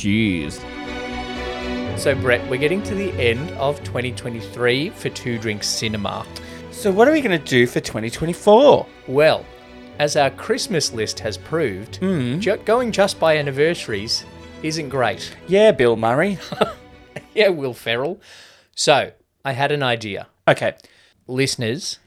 Cheers. So, Brett, we're getting to the end of 2023 for Two Drink Cinema. So, what are we going to do for 2024? Well, as our Christmas list has proved, ju- going just by anniversaries isn't great. Yeah, Bill Murray. Yeah, Will Ferrell. So, I had an idea. Okay. Listeners,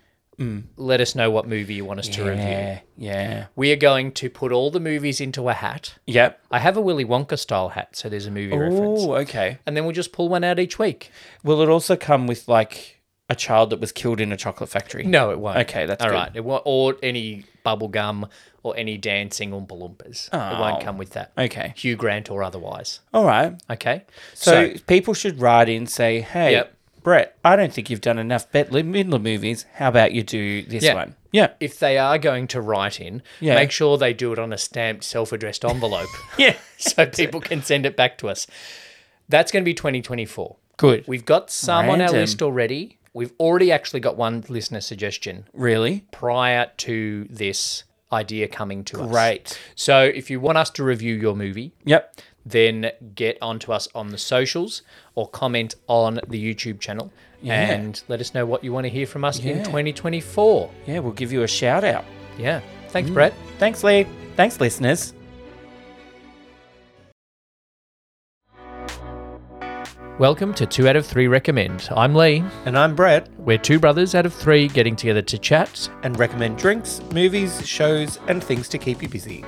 let us know what movie you want us to review. Yeah, yeah. We are going to put all the movies into a hat. Yep. I have a Willy Wonka style hat, so there's a movie reference. Oh, okay. And then we'll just pull one out each week. Will it also come with like a child that was killed in a chocolate factory? No, it won't. Okay, that's all good. right. It won't, or any bubble gum or any dancing Oompa Loompas. It won't Oh. come with that. Okay. Hugh Grant or otherwise. All right. Okay. So, people should write in say, hey, Yep. Brett, I don't think you've done enough Bette Midler movies. How about you do this Yeah. one? Yeah. if they are going to write in, Yeah. make sure they do it on a stamped, self-addressed envelope. Yeah. so people can send it back to us. That's going to be 2024. Good. We've got some on Random. our list already. We've already actually got one listener suggestion Really? prior to this idea coming to us. Great. So if you want us to review your movie, Yep. then get onto us on the socials or comment on the YouTube channel Yeah. and let us know what you want to hear from us in Yeah. 2024. Yeah, we'll give you a shout out. Yeah. Mm. Thanks, Brett. Thanks, Lee. Thanks, listeners. Welcome to Two Out of Three Recommend. I'm Lee. And I'm Brett. We're two brothers out of three getting together to chat. and recommend drinks, movies, shows, and things to keep you busy.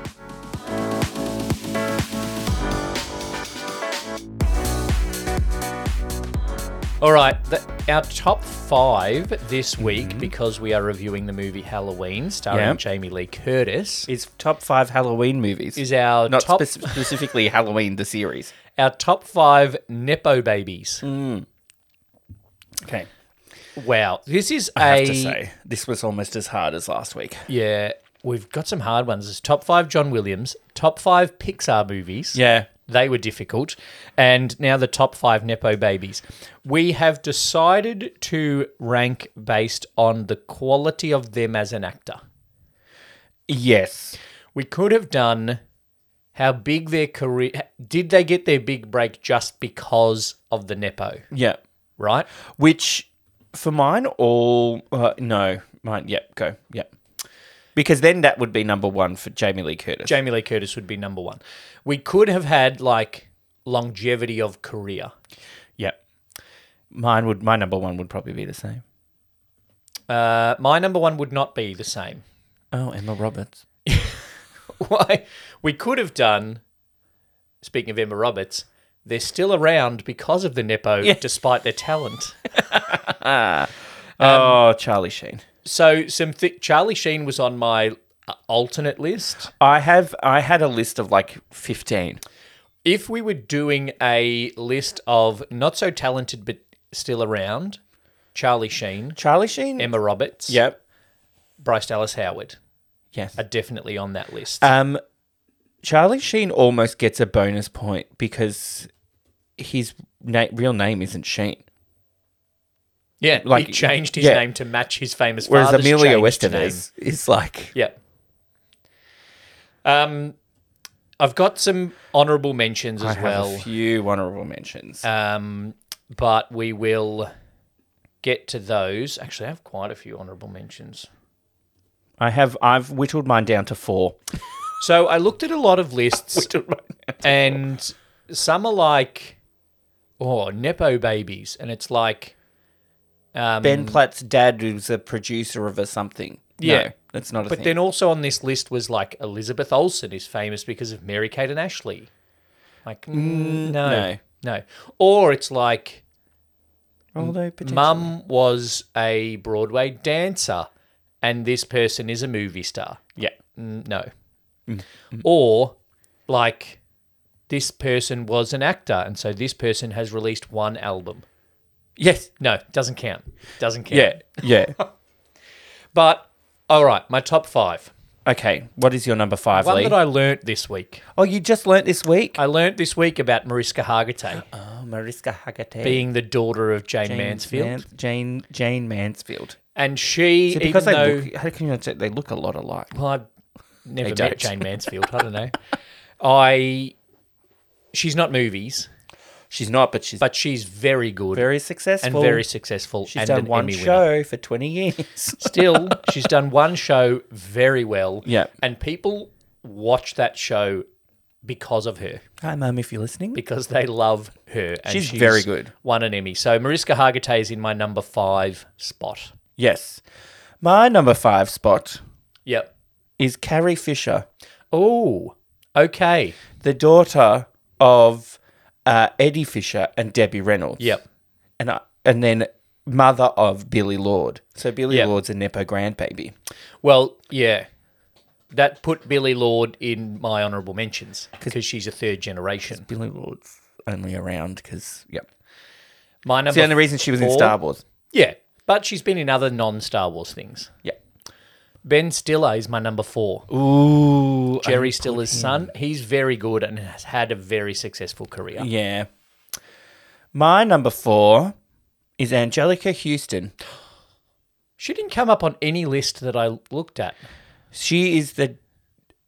All right, the, our top five this week, because we are reviewing the movie Halloween starring Mm-hmm. Yeah. Jamie Lee Curtis, It's top five Halloween movies. is our not top spec- specifically Halloween, the series. our top five nepo babies. Mm. Okay. Wow, this is I a have to say, this was almost as hard as last week. yeah. We've got some hard ones. It's top five John Williams, top five Pixar movies. Yeah. They were difficult. And now the top five Nepo babies. We have decided to rank based on the quality of them as an actor. Yes. We could have done how big their career did they get their big break just because of the Nepo, Yeah. right? Which, for mine, all. Uh, no. Mine. Yep. go. Yep. Because then that would be number one for Jamie Lee Curtis. Jamie Lee Curtis would be number one. We could have had like longevity of career. yep. Mine would. My number one would probably be the same. Uh, my number one would not be the same. Oh, Emma Roberts. Why? We could have done, speaking of Emma Roberts, they're still around because of the Nepo, despite their talent. oh, Charlie Sheen. So, some thi Charlie Sheen was on my uh, alternate list. I have. I had a list of like fifteen. If we were doing a list of not so talented but still around, Charlie Sheen, Charlie Sheen. Emma Roberts, Yep. Bryce Dallas Howard Yes. are definitely on that list. Um, Charlie Sheen almost gets a bonus point because his na- real name isn't Sheen, yeah, like- he changed his yeah. name to match his famous whereas father's Amelia changed name. Estevez is like Yeah. Um, I've got some honourable mentions I as have a well, few honorable mentions. um, but we will get to those. Actually, I have quite a few honourable mentions. I have. I've whittled mine down to four. Mm. So I looked at a lot of lists, and some are like, oh, nepo babies, and it's like, um, ben Platt's dad was a producer of a something. Yeah. no, that's not a but thing. then also on this list was like Elizabeth Olsen is famous because of Mary Kate and Ashley. Like, mm, no, no. no, Or it's like. Although potentially- Mum was a Broadway dancer, and this person is a movie star. yeah, Mm, No. Or, like, this person was an actor, and so this person has released one album. yes, No, doesn't count. Doesn't count. yeah, yeah. But, all right, my top five. okay, what is your number five, One Lee? that I learnt this week. oh, you just learnt this week. I learnt this week about Mariska Hargitay oh, Mariska Hargitay. being the daughter of Uh-huh. Jane, Mansfield. Man- Jane Jane Mansfield. and she, Is it because even though, they look, how can you not say they look a lot alike? Well, I've never don't. met Jane Mansfield. I don't know. I she's not movies, She's not, but she's but she's very good very successful and very successful. She's and done an one Emmy winner. show for twenty years. Still, she's done one show very well. Yeah. And people watch that show because of her, Hi, mum, if you're listening. because they love her. And She's very good. Won an Emmy. So Mariska Hargitay is in my number five spot. Yes, my number five spot Yep. is Carrie Fisher, Oh, okay. the daughter of uh, Eddie Fisher and Debbie Reynolds. Yep. and I, and then mother of Billy Lord. So Billy Yeah. Lord's a nepo grandbaby. Well, yeah. That put Billy Lord in my honourable mentions because she's a third generation. Billy Lord's only around because yep, My number it's the only reason she was in four- Star Wars. Yeah, but she's been in other non-Star Wars things. Yeah. Ben Stiller is my number four. Ooh, Jerry Stiller's son. He's very good and has had a very successful career. Yeah. My number four is Angelica Houston. She didn't come up on any list that I looked at. She is the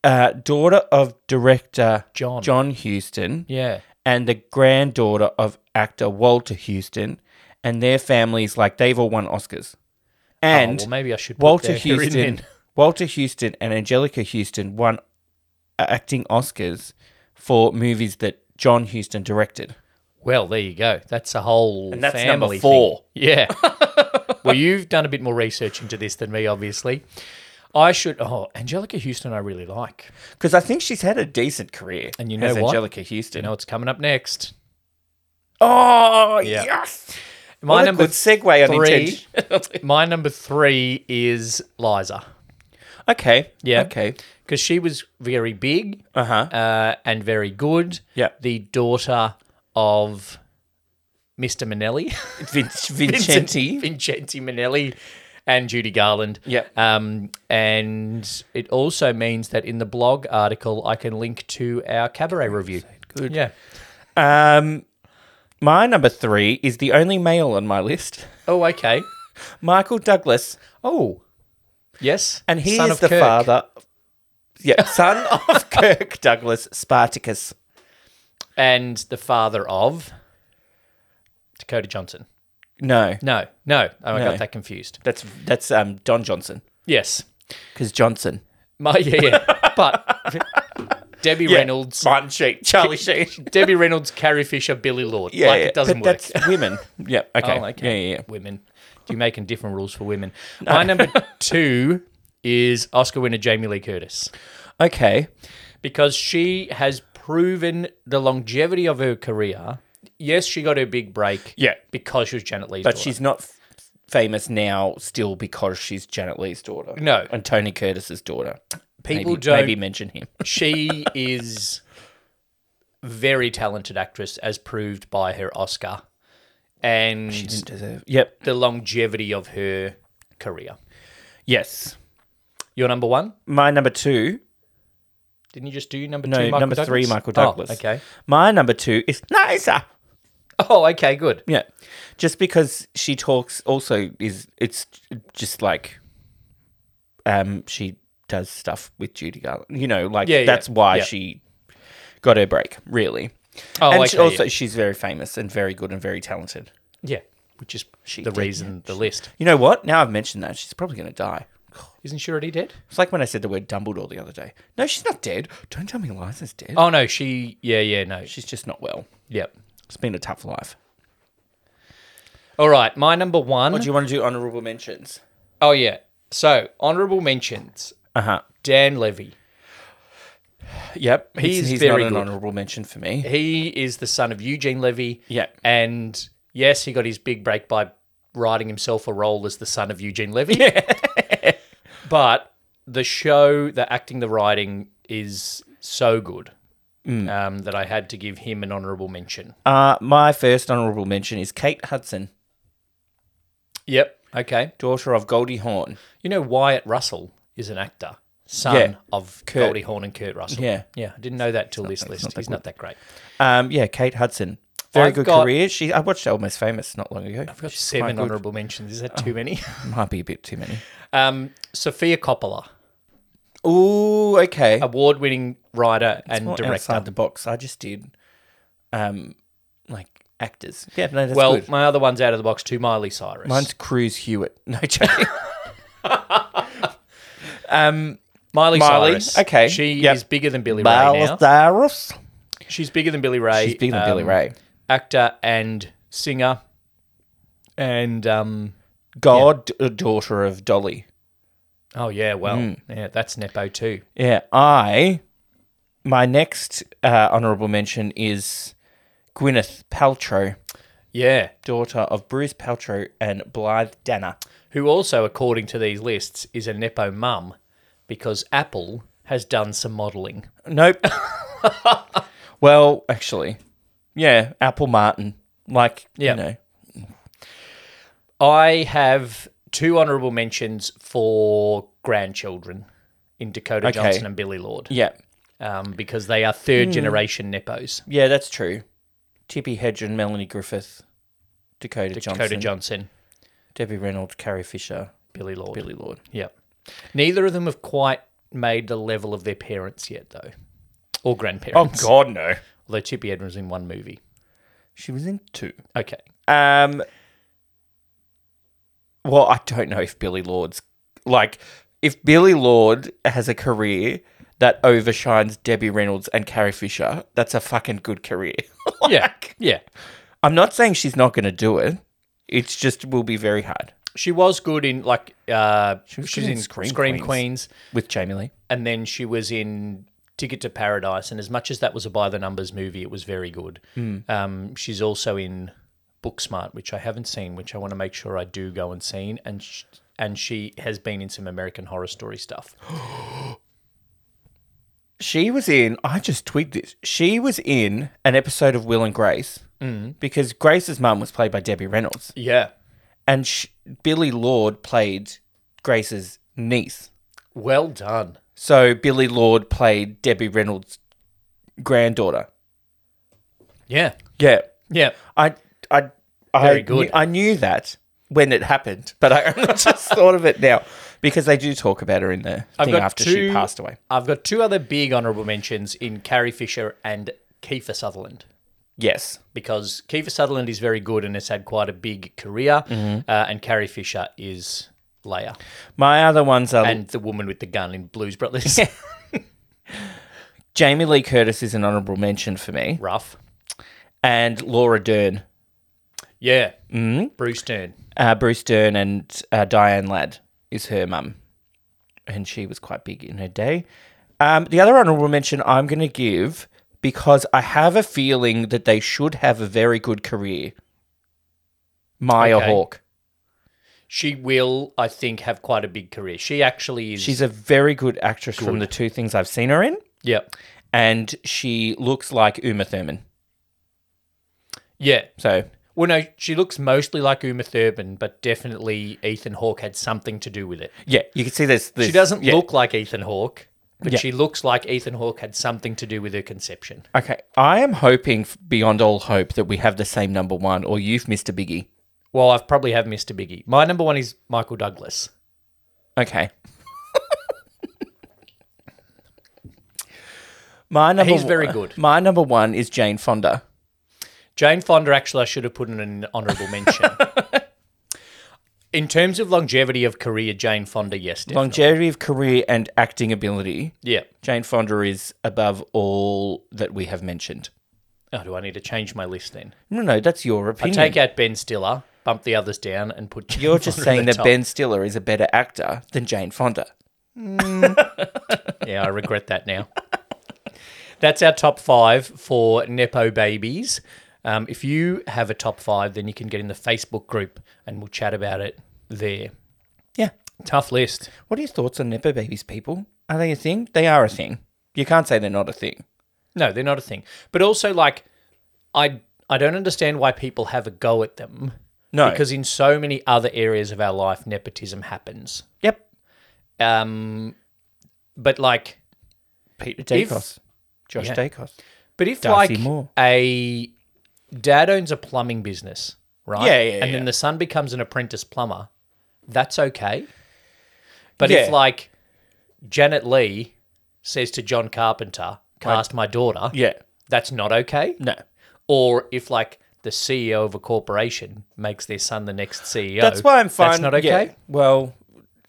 uh, daughter of director John. John Houston Yeah. and the granddaughter of actor Walter Houston, and their families like they've all won Oscars. And oh, well, maybe I should. Put Walter their- her in Houston, then. Walter Houston, and Angelica Houston won uh, acting Oscars for movies that John Houston directed. Well, there you go. That's a whole And that's family number thing. four. Yeah. well, you've done a bit more research into this than me, obviously. I should. Oh, Angelica Houston, I really like. Because I think she's had a decent career. And you know as what? Angelica You Houston. know what's coming up next? Oh Yeah. yes! My what a number good segue on three. intent. My number three is Liza okay. Yeah. Okay. because she was very big Uh huh. uh, and very good. Yeah. The daughter of Mr. Minnelli, Vin- Vincenti. Vincenti Minnelli, and Judy Garland. Yeah. Um, and it also means that in the blog article, I can link to our cabaret review. Good. Yeah. Um, my number three is the only male on my list, Oh, okay. Michael Douglas. Oh, yes. And he Son is of the Kirk. father. Yeah, son of Kirk Douglas Spartacus. and the father of Dakota Johnson. No, No, no, oh, I No. got that confused. that's that's um, Don Johnson Yes, because Johnson. my yeah, yeah. but Debbie Reynolds, Martin Sheen, Charlie Sheen. Debbie Reynolds, Carrie Fisher, Billy Lord. like it doesn't but work. That's women. Yeah. Okay. Oh, okay. Yeah. Yeah. yeah. Women, you're making different rules for women. My number two is Oscar winner Jamie Lee Curtis. Okay. because she has proven the longevity of her career. Yes, she got her big break. Yeah. because she was Janet Lee's But daughter. she's not f- famous now, still because she's Janet Lee's daughter. No. and Tony Curtis's daughter. People maybe, don't- maybe mention him. she is very talented actress, as proved by her Oscar and Deserve. Yep. the longevity of her career. Yes. Your number one? My number two. Didn't you just do number No, two? Michael number Douglas? three, Michael Oh, Douglas. okay. My number two is Nisa. Oh, okay. Good. Yeah. Just because she talks also is it's just like um she does stuff with Judy Garland. You know, like Yeah, yeah, that's why yeah. she got her break, really. Oh, and okay. she- also yeah. she's very famous and very good and very talented. yeah, which is the did, reason the list You know what? Now I've mentioned that, she's probably gonna die. isn't she already dead? It's like when I said the word Dumbledore the other day. No, she's not dead. Don't tell me Eliza's dead. Oh no, she. Yeah, yeah, no. She's just not well. Yep. It's been a tough life. All right, my number one. What do you want to do honorable mentions? Oh yeah. So honorable mentions: Uh-huh. Dan Levy. Yep. He's He's, he's very not an good. honorable mention for me. He is the son of Eugene Levy. Yeah. And yes, he got his big break by writing himself a role as the son of Eugene Levy. but the show, the acting, the writing is so good Mm. um, that I had to give him an honorable mention. Uh, my first honorable mention is Kate Hudson, Yep. Okay. daughter of Goldie Hawn. You know Wyatt Russell is an actor, son Yeah. of Kurt. Goldie Hawn and Kurt Russell. Yeah. Yeah. I didn't know that till this list. He's not that great. Um, yeah, Kate Hudson. Very I've good got- career. She I watched Almost Famous not long ago. I've got She's seven quite good. Oh. honourable mentions. Is that too many? Might be a bit too many. Um, Sophia Coppola, Ooh, okay. award-winning writer and More director. outside the box. I just did um, like actors. Yeah, no, that's well, good. my other one's out of the box too. Miley Cyrus. Mine's Cruz Hewitt. No joke. Miley, Miley, Cyrus. okay, She yep. is bigger than Billy Ray now. Cyrus. She's bigger than Billy Ray. She's bigger than um, Billy Ray. Actor and singer, and um, God uh, daughter of Dolly. oh yeah, well, Hmm. yeah, that's nepo too. Yeah, I. My next uh, honorable mention is Gwyneth Paltrow, Yeah, daughter of Bruce Paltrow and Blythe Danner. who also, according to these lists, is a nepo mum, because Apple has done some modelling. Nope. well, actually, yeah, Apple Martin. Like, Yeah. you know, I have two honourable mentions for grandchildren in Dakota Okay. Hmm. Johnson and Billy Lord. yeah, um, because they are third generation Nepos. yeah, that's true. Tippi Hedren, Melanie Griffith, Dakota, Dakota Johnson, Johnson, Debbie Reynolds, Carrie Fisher, Billy Lord. Billy Lord. Yep. Neither of them have quite made the level of their parents yet, though, or grandparents. Oh, God, no. Although Chippy Edwin was in one movie. She was in two. Okay. Um. Well, I don't know if Billy Lord's like if Billy Lord has a career that overshines Debbie Reynolds and Carrie Fisher. That's a fucking good career. Yeah. Yeah. I'm not saying she's not going to do it. It's just will be very hard She was good in like uh, she was was good in Scream, Queens. with Jamie Lee. and then she was in Ticket to Paradise. And as much as that was a by the numbers movie, it was very good. Hmm. Um, she's also in Booksmart, which I haven't seen, which I want to make sure I do go and see. And sh- and she has been in some American Horror Story stuff. She was in. I just twigged this. She was in an episode of Will and Grace Mm. because Grace's mum was played by Debbie Reynolds, Yeah. and sh Billy Lord played Grace's niece. Well done. So Billy Lord played Debbie Reynolds' granddaughter. Yeah. Yeah, Yeah. I, I, I Very good. Knew, I knew that when it happened, but I only just thought of it now because they do talk about her in the I've thing got after she two- passed away. I've got two other big honorable mentions in Carrie Fisher and Kiefer Sutherland. Yes, Because Kiefer Sutherland is very good and has had quite a big career, Mm-hmm. uh, and Carrie Fisher is Leia. my other ones are and the woman with the gun in Blues Brothers. Jamie Lee Curtis is an honourable mention for me, Rough. and Laura Dern, Yeah. Mm-hmm. Bruce Dern. uh, Bruce Dern, and uh, Diane Ladd is her mum, and she was quite big in her day. Um, the other honourable mention I'm going to give because I have a feeling that they should have a very good career. Maya Okay. Hawke. She will, I think, have quite a big career. She actually is. She's a very good actress from the two things I've seen her in, yeah. and she looks like Uma Thurman. Yeah. So Well, no, she looks mostly like Uma Thurman, but definitely Ethan Hawke had something to do with it. yeah, you can see there's, there's She doesn't yeah. look like Ethan Hawke, but Yeah. she looks like Ethan Hawke had something to do with her conception. Okay, I am hoping f- beyond all hope that we have the same number one, or you've missed a biggie. Well, I've probably have Mr. Biggie. My number one is Michael Douglas. Okay. my number He's very good. My number one is Jane Fonda. Jane Fonda, actually, I should have put in an honourable mention. in terms of longevity of career, Jane Fonda, yes, definitely. Longevity of career and acting ability. yeah. Jane Fonda is above all that we have mentioned. Oh, do I need to change my list then? No, no, that's your opinion. Take out Ben Stiller, bump the others down, and put. Jane You're just Fonda at saying the that top. Ben Stiller is a better actor than Jane Fonda. Yeah, I regret that now. That's our top five for Nepo babies. Um, if you have a top five, then you can get in the Facebook group and we'll chat about it there. Yeah. Tough list. What are your thoughts on Nepo babies, people? Are they a thing? They are a thing. You can't say they're not a thing. No, they're not a thing. But also, like, I I don't understand why people have a go at them. No. because in so many other areas of our life, nepotism happens. Yep. Um, but like, Peter If- Dacos. Josh Yeah. Dacos. But if Darcy like Moore. a dad owns a plumbing business, right? Yeah, yeah, And yeah. then the son becomes an apprentice plumber, that's okay. But if Yeah. like Janet Lee says to John Carpenter, cast my daughter, Yeah. that's not okay. No. or if like the CEO of a corporation makes their son the next CEO. That's why I'm fine. That's not yeah. okay. Well,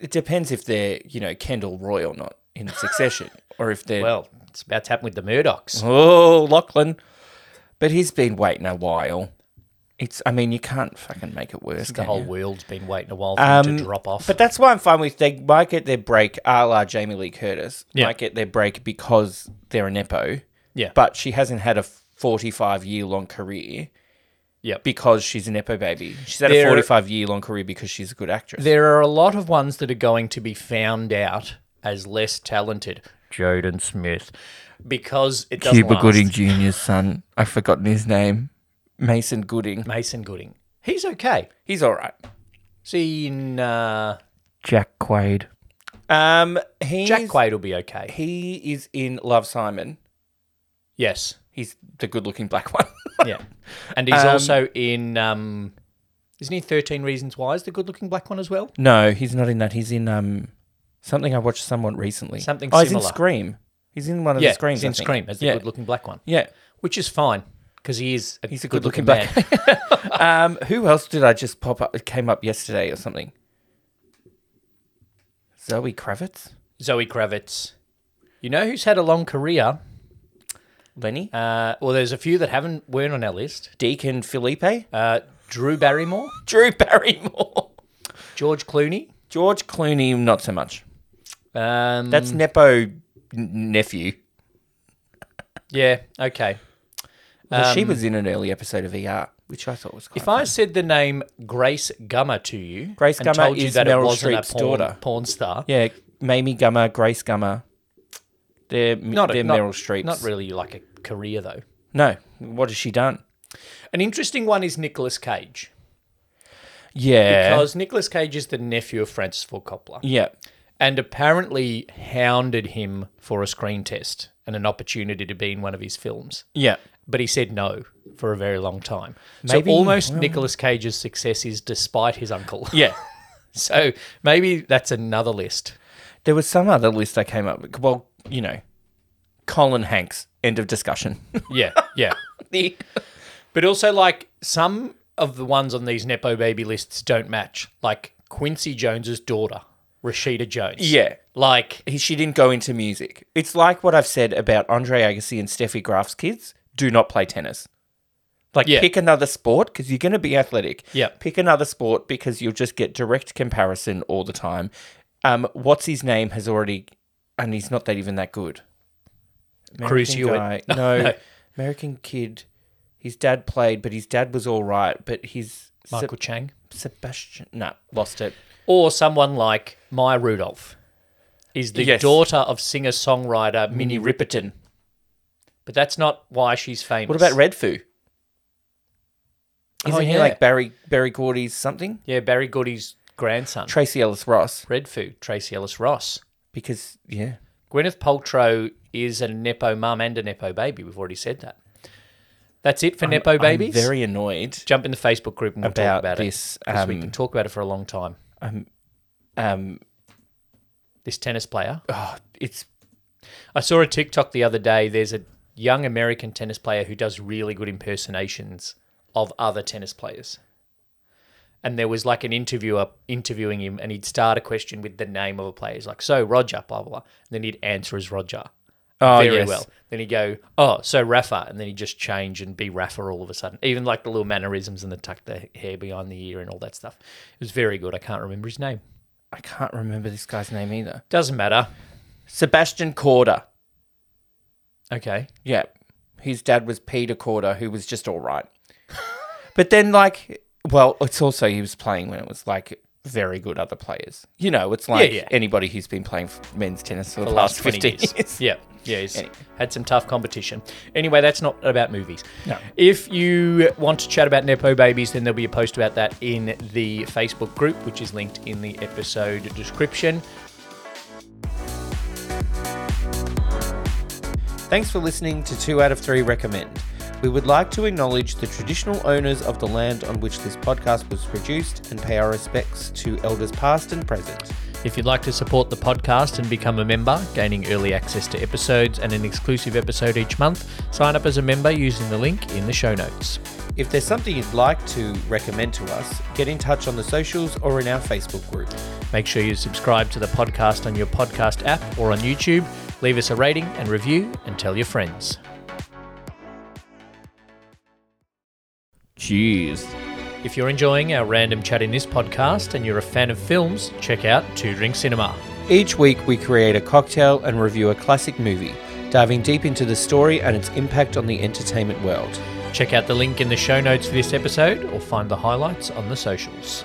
it depends if they're, you know, Kendall Roy or not in succession, or if they're Well, it's about to happen with the Murdochs. oh Lachlan. But he's been waiting a while. It's. I mean, you can't fucking make it worse. The can whole you? world's been waiting a while for them to Um, drop off. But that's why I'm fine with they might get their break, a la Jamie Lee Curtis. Yeah. Might get their break because they're an epo. yeah, But she hasn't had a 45 year long career Yep. because she's an epo baby. She's had There- a 45 year long career because she's a good actress. there are a lot of ones that are going to be found out as less talented. Jaden Smith, because it doesn't Cuba last. Gooding Jr.'s son. I've forgotten his name. Mason Gooding. Mason Gooding, he's okay. He's all right. See, in, uh, Jack Quaid. Um, he's, Jack Quaid will be okay. He is in Love Simon. Yes, He's the good looking black one. yeah, and he's also in. Um, isn't he Thirteen Reasons Why? Is the good-looking black one as well? no, he's not in that. He's in um something I watched someone recently. Something oh, he's in similar. Scream. He's in one of yeah, the Screams. he's in I think. Scream as the yeah. good-looking black one, Yeah. which is fine because he is a He's a good-looking good-looking man. Um, who else did I just pop up? It came up yesterday or something. Zoe Kravitz, Zoe Kravitz. You know who's had a long career? Lenny, Uh, well, there's a few that haven't weren't on our list. Deacon Felipe, Uh, Drew Barrymore, Drew Barrymore, George Clooney. George Clooney. Not so much. Um, That's Nepo n- nephew. yeah, okay. Well, she was in an early episode of ER, which Um, I thought was quite. If I said the name Grace Gummer to you, Grace and Gummer told you is that it Meryl wasn't Streep's a porn, daughter. porn star. yeah, Mamie Gummer, Grace Gummer. They're Not a- they're not- Meryl Streep. Not really like a career though. No, what has she done? An interesting one is Nicolas Cage Yeah, because Nicolas Cage is the nephew of Francis Ford Coppola. yeah, and apparently hounded him for a screen test and an opportunity to be in one of his films. yeah. But he said no for a very long time. Maybe- so almost Nicolas Cage's success is despite his uncle. Yeah. so maybe that's another list. There was some other list I came up with. Well, you know, Colin Hanks. End of discussion. Yeah, yeah. The- but also like some of the ones on these Nepo baby lists don't match. Like Quincy Jones's daughter, Rashida Jones. yeah. Like He, she didn't go into music. It's like what I've said about Andre Agassi and Steffi Graf's kids. Do not play tennis. Like, Yeah. pick another sport because you're going to be athletic. Yeah. Pick another sport because you'll just get direct comparison all the time. Um, what's his name has already, and he's not that even that good. Cruz Hewitt. guy- No, American kid. His dad played, but his dad was all right. But his Se- Michael Chang. Sebastian, no, lost it. Or someone like Maya Rudolph is the Yes. Mm. daughter of singer songwriter Minnie Riperton. Ripperton. But that's not why she's famous. What about Redfoo? Oh, Isn't he yeah. like Barry Barry Gordy's something? Yeah, Barry Goody's grandson. Tracy Ellis Ross, Redfoo, Tracy Ellis Ross. because yeah, Gwyneth Paltrow is a Nepo mum and a Nepo baby. We've already said that. That's it for Nepo babies. I'm very annoyed Jump in the Facebook group and we'll about, talk about it. this. 'Cause we um, can talk about it for a long time. um, This tennis player. oh, it's I saw a TikTok the other day. There's a young American tennis player who does really good impersonations of other tennis players. And there was like an interviewer interviewing him, and he'd start a question with the name of a player. He's like, "So Roger, blah blah," blah. And then he'd answer as Roger oh very yes. well. Then he'd go, "Oh, so Rafa," and then he'd just change and be Rafa all of a sudden. Even like the little mannerisms and the tuck the hair behind the ear and all that stuff. It was very good. I can't remember his name. I can't remember this guy's name either. Doesn't matter. Sebastian Corder. Okay. Yeah. His dad was Peter Corder, who was just all right. but then, like, well, it's also he was playing when it was like very good other players. You know, it's like yeah. anybody who's been playing f- men's tennis for the, the last, last 20 15 years. years. Yeah. Yeah, he's Anyway. had some tough competition. Anyway, that's not about movies. No. If you want to chat about Nepo babies, then there'll be a post about that in the Facebook group, which is linked in the episode description. Thanks for listening to 2 out of 3 Recommend. We would like to acknowledge the traditional owners of the land on which this podcast was produced and pay our respects to elders past and present. If you'd like to support the podcast and become a member, gaining early access to episodes and an exclusive episode each month, sign up as a member using the link in the show notes. If there's something you'd like to recommend to us, get in touch on the socials or in our Facebook group. Make sure you subscribe to the podcast on your podcast app or on YouTube. Leave us a rating and review and tell your friends. Cheers. If you're enjoying our random chat in this podcast and you're a fan of films, check out Two Drink Cinema. Each week, we create a cocktail and review a classic movie, diving deep into the story and its impact on the entertainment world. Check out the link in the show notes for this episode or find the highlights on the socials.